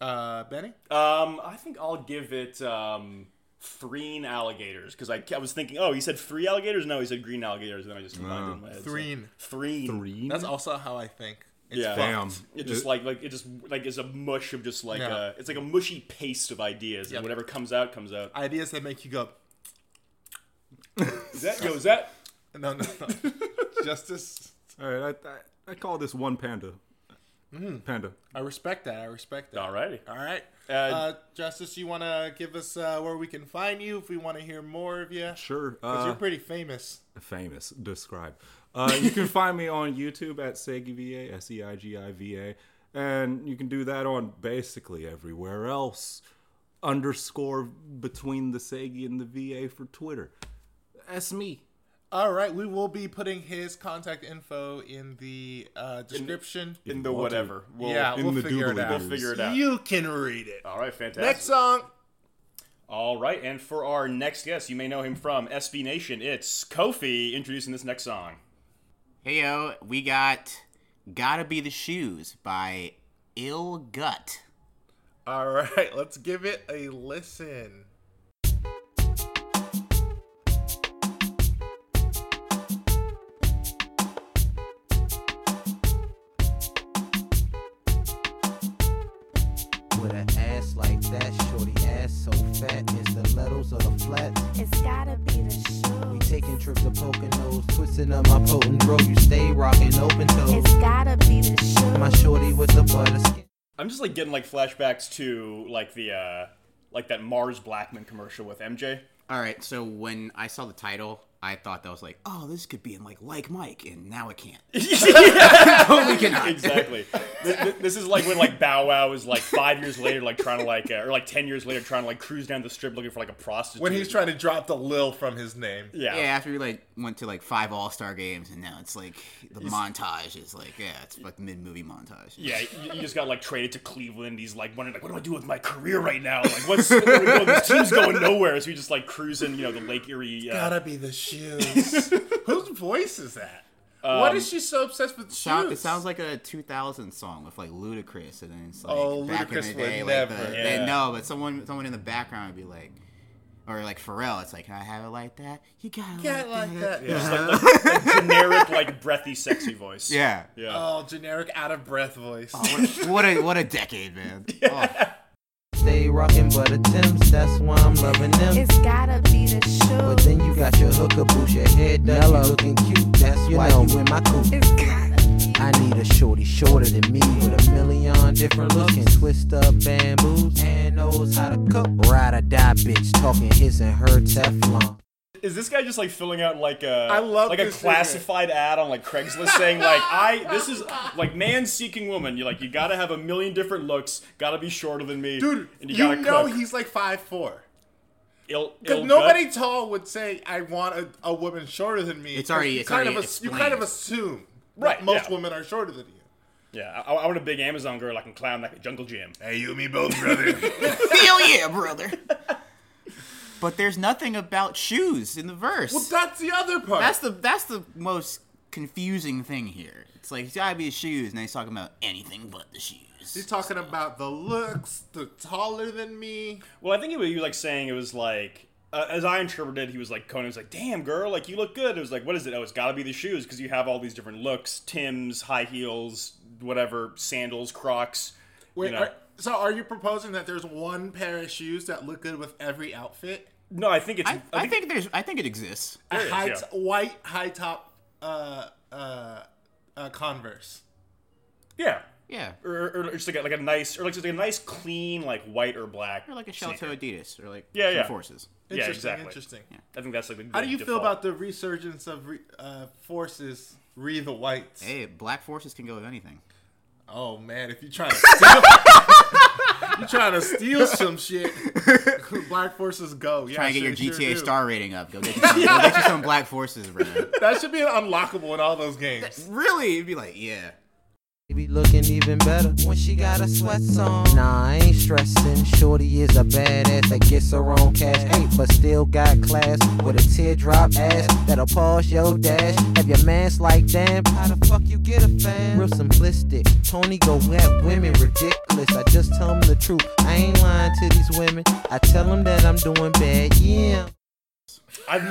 B: Uh, Benny.
A: Um, I think I'll give it um, three alligators because I, I was thinking, oh, he said three alligators. No, he said green alligators. And then I just combined it in my head. so-
B: Threen.
A: Three.
E: Green?
F: Mm-hmm.
B: That's also how I think. It's
A: Yeah.
B: fucked.
E: Damn.
A: It just like like it just like is a mush of just like
B: Yeah.
A: uh, it's like a mushy paste of ideas,
B: Yep.
A: and whatever comes out comes out.
B: Ideas that make you go.
A: Is that yo?
B: Oh,
A: Is that
B: No, no, no. Justice.
E: All right, I, I, I call this one panda.
B: Hmm.
E: Panda.
B: I respect that. I respect that.
A: alrighty?
B: All right.
A: Uh,
B: Uh, Justice, you want to give us uh, where we can find you if we want to hear more of you?
E: Sure.
B: 'Cause
E: Uh,
B: you're pretty famous.
E: famous. Describe. Uh, you can find me on YouTube at SegiVA, S E I G I V A, and you can do that on basically everywhere else. Underscore between the Segi and the VA for Twitter. That's me.
B: All right. We will be putting his contact info in the uh, description.
A: In the
E: want to.
A: whatever. We'll,
B: yeah,
E: in
B: we'll
E: the
B: figure it out.
E: doobly-doos.
A: We'll figure it out.
B: You can read it.
A: All right, fantastic.
B: Next song.
A: All right, and for our next guest, you may know him from SB Nation. It's Kofi introducing this next song.
F: Heyo, we got Gotta Be the Shoes by Ill Gut.
B: All right. Let's give it a listen.
I: With an ass like that, shorty ass so fat is the letters of the flat.
J: It's gotta be the
I: We
J: shoes.
I: taking trips to Poconos, twisting up my potent bro. You stay rocking open toes.
J: It's gotta be the shoes.
I: My shorty with the butter skin.
A: I'm just like getting like flashbacks to like the uh like that Mars Blackman commercial with MJ.
F: All right, so when I saw the title, I thought that was like, oh, this could be in like Like Mike, and now it can't. Totally cannot.
A: Exactly. Th- th- this is like when like Bow Wow is like five years later, like trying to like uh, or like ten years later, trying to like cruise down the strip looking for like a prostitute.
B: When he's trying to drop the Lil from his name.
A: yeah.
F: Yeah, after we like went to like five All Star games, and now it's like the montage is like, yeah, it's like mid movie montage.
A: Yeah, you, you just got like traded to Cleveland. He's like wondering, like, what do I do with my career right now? Like, what's what do we do? this team's going nowhere? So he's just like cruising, you know, the Lake Erie. Uh,
B: Gotta be the shoes. Whose voice is that? Why
A: Um,
B: is she so obsessed with
F: Sound,
B: shoes?
F: Um, it sounds like a 2000 song with like Ludacris, and then it's like
B: Oh,
F: back
B: Ludacris
F: in the day,
B: would
F: like
B: never.
F: the,
A: Yeah.
F: they, no, but someone someone in the background would be like, or like Pharrell, it's like, can I have it like that? You got it
B: Yeah, I
F: like,
B: like
F: that.
B: that.
A: generic, like breathy, sexy voice.
F: Yeah. Oh,
A: Yeah.
B: Oh, generic out of breath voice.
F: What, what a what a decade, man. Oh.
I: Stay rocking butter Tim's, that's why I'm loving them.
J: It's gotta be the
I: But
J: shoes.
I: then you got your hooker boots, your head done, you looking cute. That's why you in my coupe.
J: It's gotta be
I: I need a shorty shorter than me with a million different looks. Can twist up bamboos and knows how to cook. Ride or die, bitch, talking his and her Teflon.
A: Is this guy just like filling out like a
B: I love
A: like a
B: this figure.
A: classified ad on like Craigslist saying like I this is like man seeking woman. You like you gotta have a million different looks, gotta be shorter than me,
B: Dude,
A: And
B: you,
A: you, gotta
B: know
A: cook.
B: he's like five four.
A: Ill,
B: Because
A: ill
B: nobody
A: gut.
B: tall would say, "I want a, a woman shorter than me."
F: It's already-
B: You
F: it's
B: kind
F: already
B: of ass- you kind of
F: explained.
B: assume
A: Right,
B: that most
A: yeah.
B: women are shorter than you.
A: Yeah, I, I want a big Amazon girl I can clown like a jungle gym.
B: Hey, you, me, both, brother.
F: Hell yeah, brother. But there's nothing about shoes in the verse.
B: well, that's the other part.
F: that's the that's the most confusing thing here. It's like it's gotta be the shoes, and he's talking about anything but the shoes.
B: He's talking about the looks, the taller than me.
A: Well, I think he was, he was like saying it was like, uh, as I interpreted, he was like, Conan was like, damn, girl, like you look good. It was like, what is it? Oh, it's gotta be the shoes because you have all these different looks Tim's, high heels, whatever, sandals, Crocs.
B: Wait,
A: you know.
B: are, so are you proposing that there's one pair of shoes that look good with every outfit?
A: no, I think it's.
F: I, I think there's. I think it exists.
B: A
A: is,
B: high
A: yeah.
B: t- white high top uh, uh, uh, Converse.
A: Yeah.
F: Yeah.
A: Or, or just like a, like a nice, or like just like a nice clean, like white or black.
F: Or like a shell
A: sneaker.
F: toe Adidas, or like
A: Yeah,
F: some
A: yeah.
F: forces.
A: Yeah,
B: Interesting,
A: exactly.
B: interesting.
A: I think that's like the
B: How do
A: good
B: you feel
A: default.
B: about the resurgence of re- uh, forces? Re the whites.
F: Hey, black forces can go with anything.
B: Oh man, if you're trying to steal, you trying to steal some shit. Black forces go. Yeah,
F: Try and get your
B: sure- sure
F: GTA
B: do.
F: star rating up. Go get you some, go get you some black forces, bro.
B: That should be unlockable in all those games.
F: really, it'd be like, yeah.
I: Be looking even better when she got her sweats on. Nah, I ain't stressing. Shorty is a badass that gets her own cash. Hey, but still got class with a teardrop ass that'll pause your dash. Have your man's like, damn, how the fuck you get a fan? Real simplistic. Tony go at women ridiculous. I just tell them the truth. I ain't lying to these women. I tell them that I'm doing bad. Yeah.
A: I've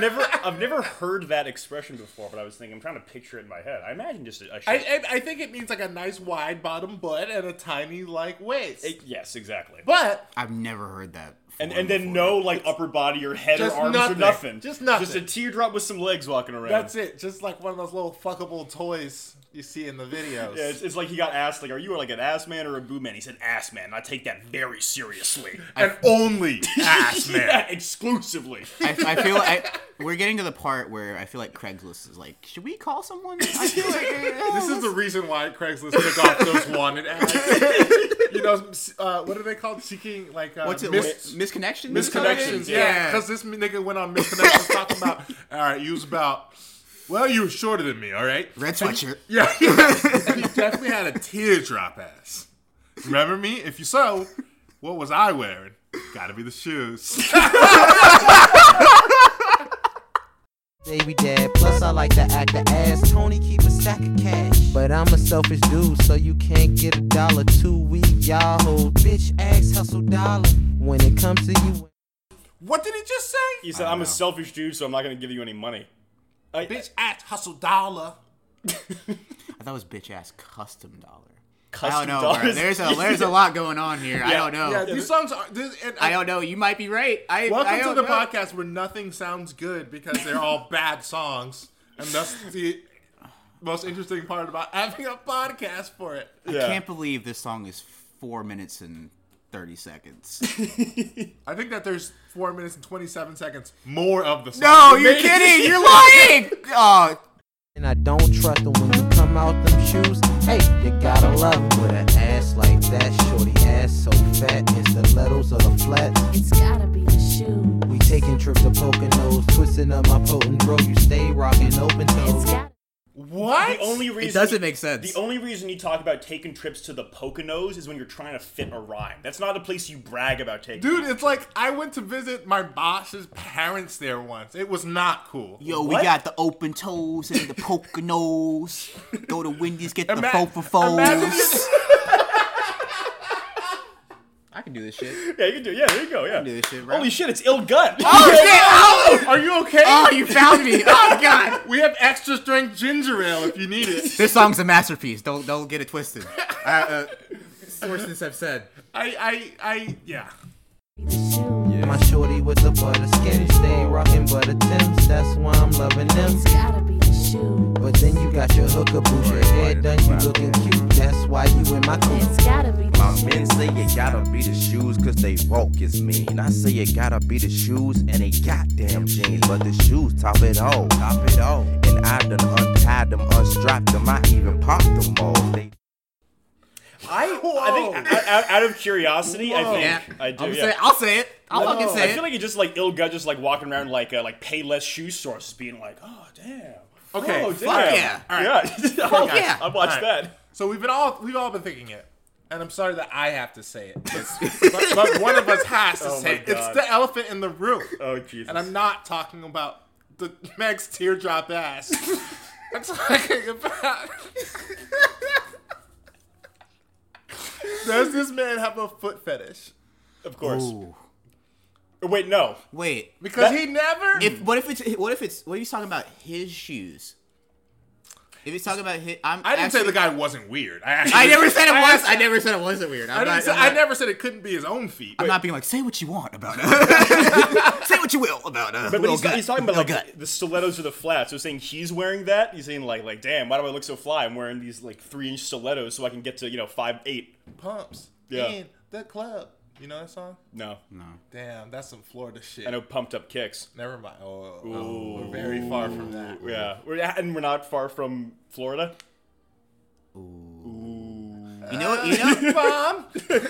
A: never, I've never heard that expression before, but I was thinking, I'm trying to picture it in my head. I imagine just a, a
B: I,
A: shape.
B: I I think it means like a nice wide bottom butt and a tiny like waist.
A: It- yes, exactly.
B: but
F: I've never heard that.
A: and
F: form
A: and then
F: before.
A: no like upper body or head
B: Just
A: or arms
B: nothing.
A: or nothing.
B: Just nothing.
A: Just a teardrop with some legs walking around.
B: that's it. Just like one of those little fuckable toys you see in the videos.
A: Yeah, it's, it's like he got asked, like, "Are you like an ass man or a boo man?" He said, "Ass man." and I take that very seriously.
B: and only ass
A: yeah, exclusively.
F: I, I feel like we're getting to the part where I feel like Craigslist is like, should we call someone? I feel like eh,
B: This is the reason why Craigslist took off those wanted ads. you know, s- uh, what are they called? Seeking like uh,
F: what's it?
B: mis-
F: Mis- misconnection.
B: misconnections. Yeah, because this nigga went on misconnections talking about. All right, you was about. Well, you were shorter than me. All right.
F: Red sweatshirt.
B: Yeah. and you definitely had a teardrop ass. Remember me? If you so, what was I wearing? Gotta be the shoes.
I: baby dad. Plus, I like to act the ass. Tony keep a stack of cash. But I'm a selfish dude, so you can't get a dollar. Two week Yahoo. Bitch ass hustle dollar. When it comes to you,
B: what did he just say?
A: He said, "I'm a selfish dude, so I'm not gonna give you any money." I,
B: Bitch at hustle dollar.
F: I thought it was bitch ass custom dollar.
A: Custom
F: I don't know. bro.
A: dollars.
F: There's a there's a lot going on here. I don't know.
B: Yeah, these songs are. This, and
F: I don't know. You might be right. I I
B: Welcome
F: don't
B: to the
F: know.
B: podcast where nothing sounds good because they're all bad songs, and that's the most interesting part about having a podcast for it.
A: yeah.
F: Can't believe this song is four minutes and thirty seconds.
B: I think that there's four minutes and twenty seven seconds more of the song.
F: no, you're kidding. You're lying. Oh,
I: and I don't trust them when you come out them shoes. Hey, you gotta love it with an ass like that. Shorty ass so fat. It's the letters of the flats.
J: It's gotta be the shoe.
I: We taking trips to Poconos. Twisting up my potent bro. You stay rocking open toes.
J: It's gotta.
B: What?
A: The only reason
F: it doesn't make sense.
A: The only reason you talk about taking trips to the Poconos is when you're trying to fit a rhyme. That's not a place you brag about taking.
B: Dude, it's like I went to visit my boss's parents there once. It was not cool.
F: Yo,
A: What?
F: we got the open toes and the Poconos. Go to Wendy's, get the
B: Ima-
F: faux for
B: imagine
F: foes.
B: it-
F: I can do this shit.
A: yeah, you can do. Yeah, there you go. Yeah,
F: do this shit, bro.
A: holy shit, it's ill gut.
F: Oh shit! Oh,
B: Are you okay?
F: oh, you found me. Oh god.
B: we have extra strength ginger ale if you need it.
F: This song's a masterpiece. Don't don't get it twisted. Uh, uh, sources have said.
B: I, I, I, yeah.
I: My shorty with the butter skin, stay rockin' butter Tim's. That's why I'm loving them.
J: It's gotta be the shoe.
I: But then you got your hooker boots, your head done, you looking cute. That's why you in my coop.
J: It's gotta be the
K: My
J: shoe.
K: men say you gotta be the shoes cause they walk is mean. I say you gotta be the shoes and they goddamn jeans. But the shoes top it all, top it all. And I done untied them, unstrapped them, I even popped them all. They
A: I, I think out- out, out of curiosity, I think
F: Yeah,
A: I do.
F: I'm
A: yeah.
F: Say, I'll say it. I'll fucking
A: I
F: say
A: feel
F: it.
A: like it's just like ill gut, just like walking around like uh, like pay less shoe source, being like, oh damn.
B: Okay,
A: oh,
B: fuck
A: damn.
F: yeah.
A: yeah.
F: Fuck yeah.
A: I
B: All
A: watched
B: right.
A: that.
B: So we've been all, we've all been thinking it. And I'm sorry that I have to say it. But, but- but one of us has to
A: Oh my
B: say it. It's
A: God.
B: the elephant in the room.
A: Oh Jesus.
B: And I'm not talking about the Meg's teardrop ass. I'm talking about Does this man have a foot fetish?
A: Of course. Wait, no.
F: Wait,
B: Because he never.
F: If what if it's what if it's what if he's talking about his shoes? If he's talking about his, I'm.
B: I didn't say
F: actually-
B: the guy wasn't weird. I, actually,
F: I never said it was.
B: actually-
F: I never said it wasn't weird. I'm
B: I, didn't
F: not-
B: say,
F: I'm not-
B: I never said it couldn't be his own feet.
F: I'm not being like, say what you want about it. say what you will about uh, it.
A: But, but he's, he's talking about like, the stilettos or the flats. So saying he's wearing that, he's saying like, like, damn, why do I look so fly? I'm wearing these like three inch stilettos so I can get to you know five eight.
B: pumps
A: Yeah.
B: in the club. You know that song?
A: No,
B: Damn, that's some Florida shit.
A: I know pumped up kicks.
B: Never mind. Oh,
A: Ooh,
B: we're very far from that.
A: Yeah, we're, and we're not far from Florida.
F: You know, you know,
B: Mom,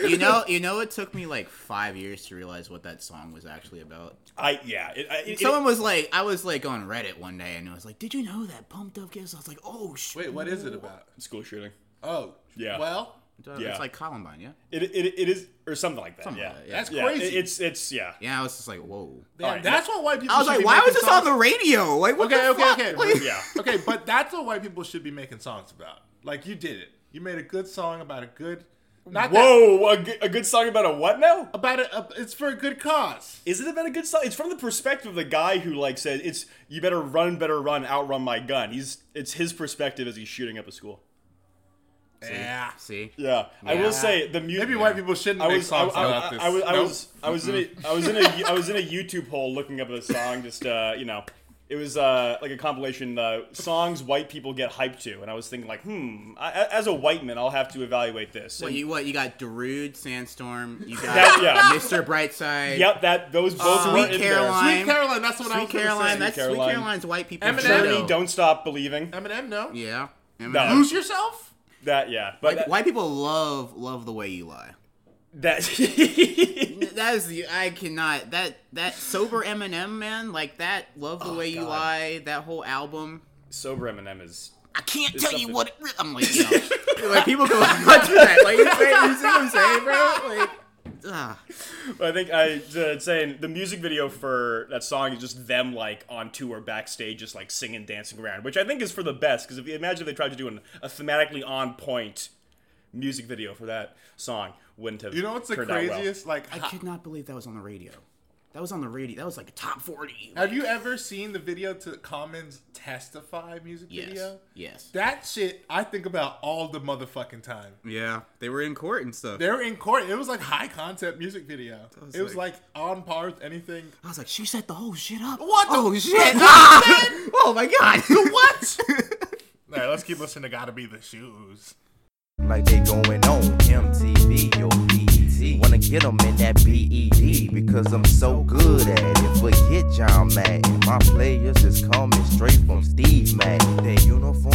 F: you know, you know. It took me like five years to realize what that song was actually about.
A: I yeah. It, I- it-
F: Someone was like, I was like on Reddit one day, and I was like, "Did you know that pumped up gifts?" I was like, "Oh shit!"
B: wait, what is it about?
A: it- school shooting.
B: Oh,
A: Yeah.
B: Well,
F: It's
A: Yeah.
F: like Columbine, yeah.
A: It, it, it is or something like that.
F: Something
A: yeah,
F: like that, yeah.
B: that's
A: Yeah,
B: crazy.
A: it- it's it's yeah.
F: Yeah, I was just like, "Whoa."
B: Damn,
A: Alright,
B: that's why white people.
F: I was
B: should
F: like,
B: be
F: "Why
B: making
F: was this on
B: songs-
F: the radio?" Like, what
B: Okay,
F: the
B: okay,
F: fuck?
B: okay.
F: Like-
A: Yeah.
B: okay, but that's what white people should be making songs about. Like you did it. You made a good song about a good. Not that-
A: Whoa, a, good- a good song about a what now?
B: about a, a- It's for a good cause.
A: Is it about a good song? It's from the perspective of the guy who like said it's you better run, better run, outrun my gun. He's it's his perspective as he's shooting up a school.
B: Yeah.
F: See,
A: Yeah, I
F: Yeah.
A: will say the music.
B: Maybe white people shouldn't
A: I
B: make
A: was I,
B: songs
A: I,
B: about
A: I,
B: this.
A: I was I
B: Nope.
A: was I was in a I was in a I was in a YouTube hole looking up a song. Just uh, you know, it was uh like a compilation uh, songs white people get hyped to, and I was thinking like, hmm, I, a- as a white man, I'll have to evaluate this.
F: what
A: And-
F: you what you got? Darude, Sandstorm. You got
A: That- yeah.
F: Mr. Brightside.
A: Yep, that those both
F: Uh, Sweet
A: were in
F: Caroline.
B: Sweet Caroline. That's what I
F: Sweet
B: was gonna
F: Caroline.
B: say.
F: That's Sweet
A: Caroline.
F: Caroline's white people.
A: there.
B: Eminem.
F: Trudeau.
A: Journey, don't stop believing.
B: Eminem. No.
F: Yeah. Eminem.
A: No.
B: Lose yourself.
A: That yeah, but
F: White people love love the way you lie.
A: that.
F: That is the I cannot that that sober Eminem man like that love
E: Oh,
F: the way you
A: God.
F: lie that whole album.
A: Sober Eminem is
F: I can't tell
A: something-
F: you what it. re- I'm like, you know, like people go nuts for that. Like you, say, you see what I'm saying, bro? Like, ah,
A: I think I uh, saying the music video for that song is just them like on tour backstage, just like singing, dancing around, which I think is for the best. Because if you imagine if they tried to do an, a thematically on point music video for that song, wouldn't have
B: You know what's the
A: turned out well.
B: craziest? Like,
F: I could not believe that was on the radio. That was on the radio. That was like a top forty.
B: Have you ever seen the video to Common's Testify music
F: Yes.
B: video?
F: Yes.
B: That shit I think about all the motherfucking time.
E: Yeah, they were in court and stuff.
B: They were in court. It was like high concept music video.
E: was
B: it was
E: like-
B: like on par with anything.
F: I was like, she set the whole shit up.
B: What the-
F: oh shit! Ah! oh my god!
B: What? all right, let's keep listening to Gotta Be the Shoes.
K: like they going on MTV or BET. E Wanna get 'em in that BED because I'm so good at it. Forget John Madden, my players is coming straight from Steve Madden. Their uniform,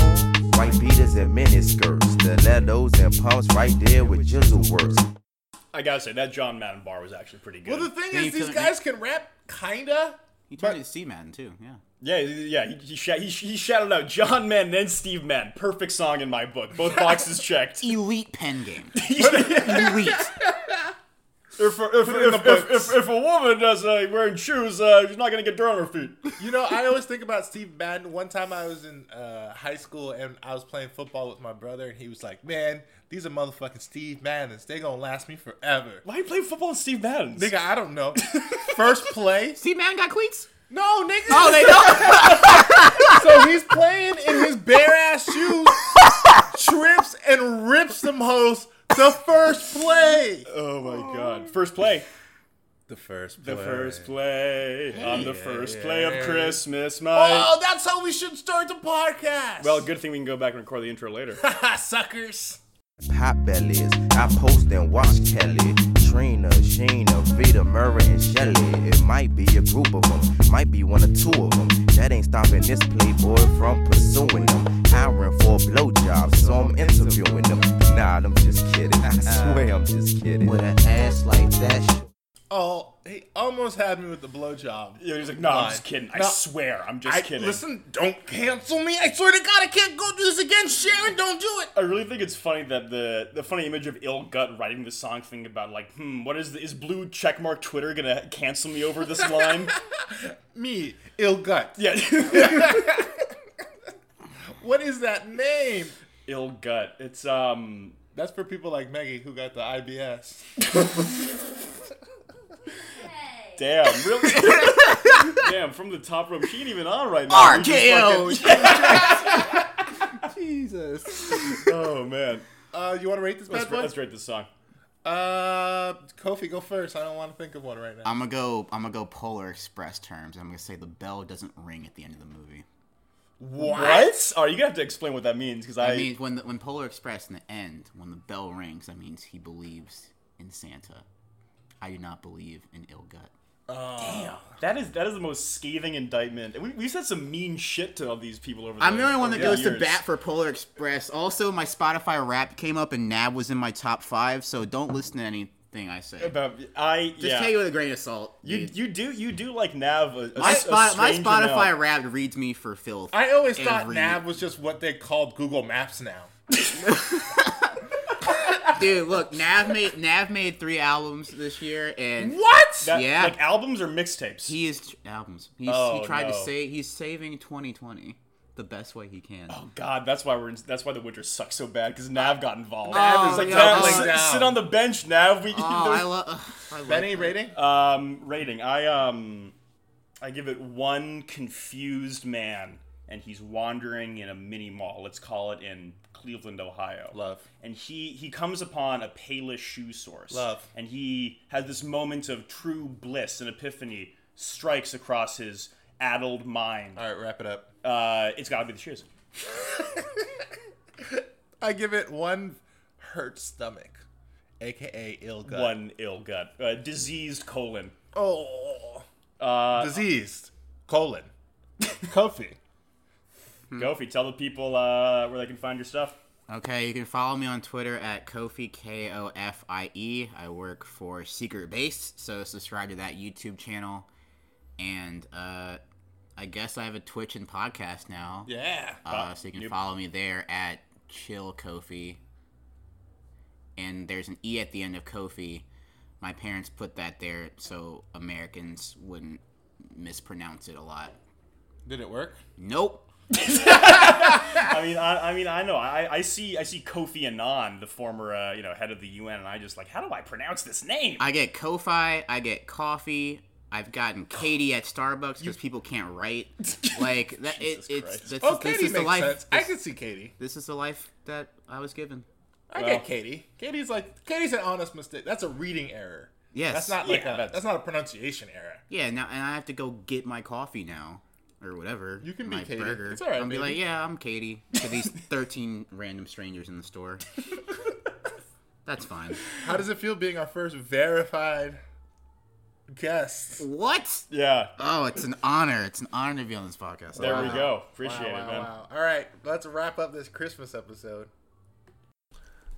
K: white beaters and miniskirts, stilettos and pumps right there with jizzle works.
A: I gotta say that John Madden bar was actually pretty good.
B: Well, the thing
F: Yeah, you
B: is, these
F: couldn't-
B: guys can rap, kinda.
F: He turned into C man too. Yeah.
A: yeah, yeah, he, he, sha- he, he shouted out John Madden and Steve Madden. Perfect song in my book. Both boxes checked.
F: Elite pen game. Elite.
A: If, a- if,
B: in the
A: if, if,
B: books.
A: if, if a woman does uh, wearing shoes, uh, she's not gonna get dirt on her feet.
B: You know, I always think about Steve Madden. One time I was in uh, high school and I was playing football with my brother, and he was like, "Man, these are motherfucking Steve Maddens. They gonna last me forever."
A: Why you play football with Steve Madden?
B: Nigga, I don't know. First play.
F: C man got cleats.
B: No, nigga.
F: Oh, they don't.
B: So he's playing in his bare ass shoes, trips and rips them hoes the first play.
A: Oh my god. First play.
B: The first
A: The first play on the first play of Christmas, my.
B: Oh, that's how we should start the podcast.
A: Well, good thing we can go back and record the intro later.
B: suckers.
K: Pop bellies, I post and watch Kelly, Trina, Sheena, Vita, Murray, and Shelly. It might be a group of them, might be one or two of them. That ain't stopping this playboy from pursuing them. Hiring for a blowjob, so I'm interviewing them. Nah, I'm just kidding. I swear I'm just kidding.
I: With an ass like that, sh-
B: Oh, he almost had me with the blowjob.
A: Yeah, he's like, no, I'm just kidding. I
B: No.
A: swear, I'm just
B: I-
A: kidding.
B: Listen, don't cancel me. I swear to God, I can't go do this again. Sharon, don't do it.
A: I really think it's funny that the the funny image of Ill Gut writing the song thing about like, hmm, what is the, is blue checkmark Twitter gonna cancel me over this line?
B: Me, ill gut.
A: yeah,
B: What is that name?
A: Ill Gut. It's um,
B: That's for people like Maggie who got the IBS.
A: Damn, really? Damn, from the top rope, she ain't even on right now. We just
B: RKO.
A: fucking-
B: Jesus.
A: oh man.
B: Uh, you want to rate this
A: Let's,
B: bad boy?
A: let's rate this song.
B: Uh, Kofi, go first. I don't want to think of one right now.
F: I'm gonna go. I'm gonna go Polar Express terms. I'm gonna say the bell doesn't ring at the end of the movie.
A: What? Are you gonna have to explain what that means? Because I,
F: I mean, when the, when Polar Express in the end, when the bell rings, that means he believes in Santa. I do not believe in Ilgut.
A: Damn. Oh, That is that is the most scathing indictment. We we said some mean shit to all these people over.
F: I'm the only one that
A: over
F: goes
A: the
F: to
A: years.
F: bat for Polar Express. Also, my Spotify rap came up and Nab was in my top five, so don't listen to anything I say.
A: About I
F: Just
A: yeah.
F: take it with a grain of salt.
A: You
F: dude.
A: you do you do like Nav. A, a,
F: my,
A: a
F: spot, my
A: strange
F: Spotify
A: amount.
F: rap reads me for filth.
B: I always thought
F: every-
B: Nav was just what they called Google Maps now.
F: Dude, look, Nav made Nav made three albums this year, and
B: What?
A: That-
F: yeah,
A: Like albums or mixtapes.
F: he is albums. He's,
A: Oh,
F: he tried to
A: no.
F: say he's saving 2020 the best way he can.
A: Oh, God, that's why we're in, that's why the Witcher sucks so bad because Nav got involved.
F: Nav
B: is
A: like,
B: yeah.
A: Nav,
B: doubling
A: sit,
B: down.
A: sit on the bench, Nav. We
F: Oh, I love. I love
B: Benny,
F: that.
B: rating?
A: um rating. I um I give it one confused man, and he's wandering in a mini mall. Let's call it in Cleveland, Ohio.
B: Love.
A: And he he comes upon a payless shoe source.
B: Love.
A: And he has this moment of true bliss and epiphany strikes across his addled mind.
B: All right, wrap it up.
A: Uh, it's gotta be the shoes.
B: I give it one hurt stomach, aka ill gut.
A: One ill gut, uh, diseased colon.
B: Oh.
A: Uh,
B: Diseased. Colon. Kofi.
A: Gofi, tell the people uh, where they can find your stuff.
F: Okay, you can follow me on Twitter at Kofi K O F I E. I work for Secret Base, so subscribe to that YouTube channel. And uh, I guess I have a Twitch and podcast now.
B: Yeah.
F: Uh, so you can follow me there at Chill Kofi. And there's an E at the end of Kofi. My parents put that there so Americans wouldn't mispronounce it a lot.
B: Did it work?
F: Nope.
A: I mean, I, I mean, I know. I, I see, I see Kofi Annan, the former, uh, you know, head of the UN, and I just like, how do I pronounce this name?
F: I get Kofi, I get coffee. I've gotten Katie at Starbucks because people can't write. Like that, it,
A: Jesus
F: it's
A: Christ.
F: this, is-
B: Oh,
F: this
B: Katie
F: is the
B: makes
F: life.
B: sense. I
F: This,
B: can see Katie.
F: this is the life that I was given.
B: I
A: Well.
B: get Katie. Katie's like Katie's an honest mistake. That's a reading error.
F: Yes.
B: That's not like
A: Yeah,
B: a,
A: that's-
B: that's... not a pronunciation error.
F: Yeah. Now, and I have to go get my coffee now or whatever.
B: You can be
F: my
B: Katie.
F: burger.
B: It's all right,
F: I'll be
B: baby.
F: like, yeah, I'm Katie to these 13 random strangers in the store. That's fine.
B: How does it feel being our first verified guest?
F: What?
A: yeah,
F: Oh, it's an honor. It's an honor to be on this podcast.
A: there we
B: Wow.
A: go. Oh, Appreciate
B: wow,
A: it, man.
B: wow. All right, let's wrap up this Christmas episode.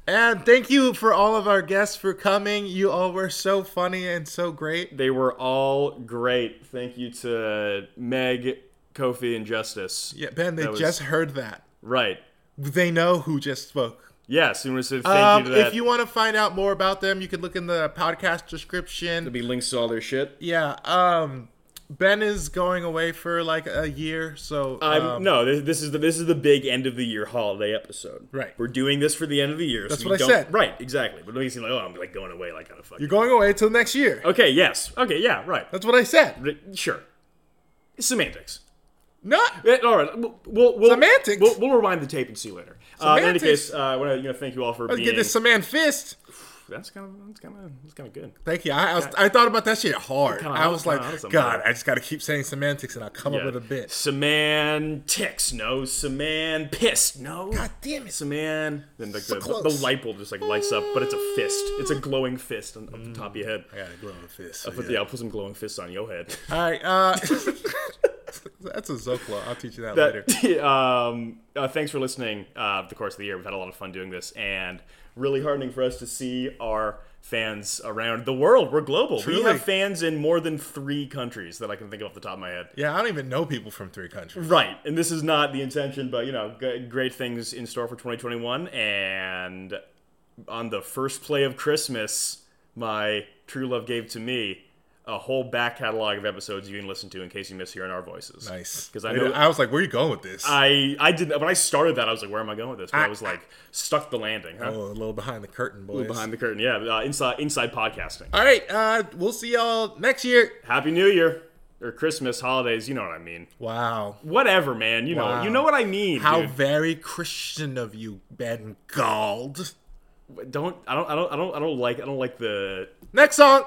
B: And thank you for all of our guests for coming. You all were so funny and so great.
A: They were all great. Thank you to Meg, Kofi, and Justice.
B: Yeah, Ben, they
A: That was-
B: just heard that.
A: Right.
B: They know who just spoke.
A: Yes, we want to say thank
B: Um,
A: you to that.
B: if you want to find out more about them, you can look in the podcast description.
A: There'll be links to all their shit.
B: Yeah. Um, Ben is going away for like a year, so
A: I'm,
B: um,
A: no, this, this is the this is the big end of the year holiday episode.
B: Right.
A: We're doing this for the end of the year.
B: That's
A: so we
B: what I
A: don't-
B: said.
A: Right. Exactly. But it makes it seem like oh, I'm like going away like on a fucking.
B: you're going away till next year.
A: Okay. Yes. Okay. Yeah. Right.
B: That's what I said.
A: Re- Sure. Semantics.
B: Not
A: Eh, all right. We'll, we'll, we'll,
B: Semantics?
A: We'll, we'll rewind the tape and see you later. Uh, in any
B: Semantics?
A: case, uh, I want to thank you all for
B: let's
A: being.
B: get this Saman fist.
A: that's kind of that's kind of that's kind of good.
B: Thank you. I, I, was, I thought about that shit hard.
A: Kinda
B: I was
A: hard-
B: like,
A: kinda hard sometimes.
B: God, I just got to keep saying semantics, and I'll come up with a bit.
A: Semantics. No. Seman pissed. No.
B: God damn it!
A: Seman. Then like the, the,
B: close.
A: light bulb just like lights up, but it's a fist. It's a glowing fist on, on the top of your head.
B: I got a glowing fist.
A: Put the, I'll put some glowing fists on your head.
B: All right. Uh, that's a Zoclo. I'll teach you that, later.
A: that, um, uh, thanks for listening. Uh, the course of the year, we've had a lot of fun doing this, and really heartening for us to see our fans around the world. We're global. We
B: Truly.
A: have fans in more than three countries that I can think of off the top of my head.
B: Yeah, I don't even know people from three countries.
A: Right, and this is not the intention, but you know, g- great things in store for 2021. And on the first play of Christmas, my true love gave to me a whole back catalog of episodes you can listen to in case you miss hearing our voices.
B: Nice.
A: Because I
B: Wait,
A: know
B: I was like, where are you going with this?
A: I I didn't when I started that I was like, where am I going with this? But I,
B: I-
A: was like stuck the landing. Huh?
B: Oh, a little behind the curtain,
A: A
B: boys.
A: little behind the curtain. Yeah, uh, inside inside podcasting.
B: All right, uh, we'll see y'all next year.
A: Happy New Year or Christmas holidays. You know what I mean.
B: Wow.
A: Whatever, man. You
B: Wow.
A: know you know what I mean.
B: How
A: dude.
B: very Christian of you, Ben Gald.
A: Don't I don't I don't I don't I don't like I don't like the
B: Next song.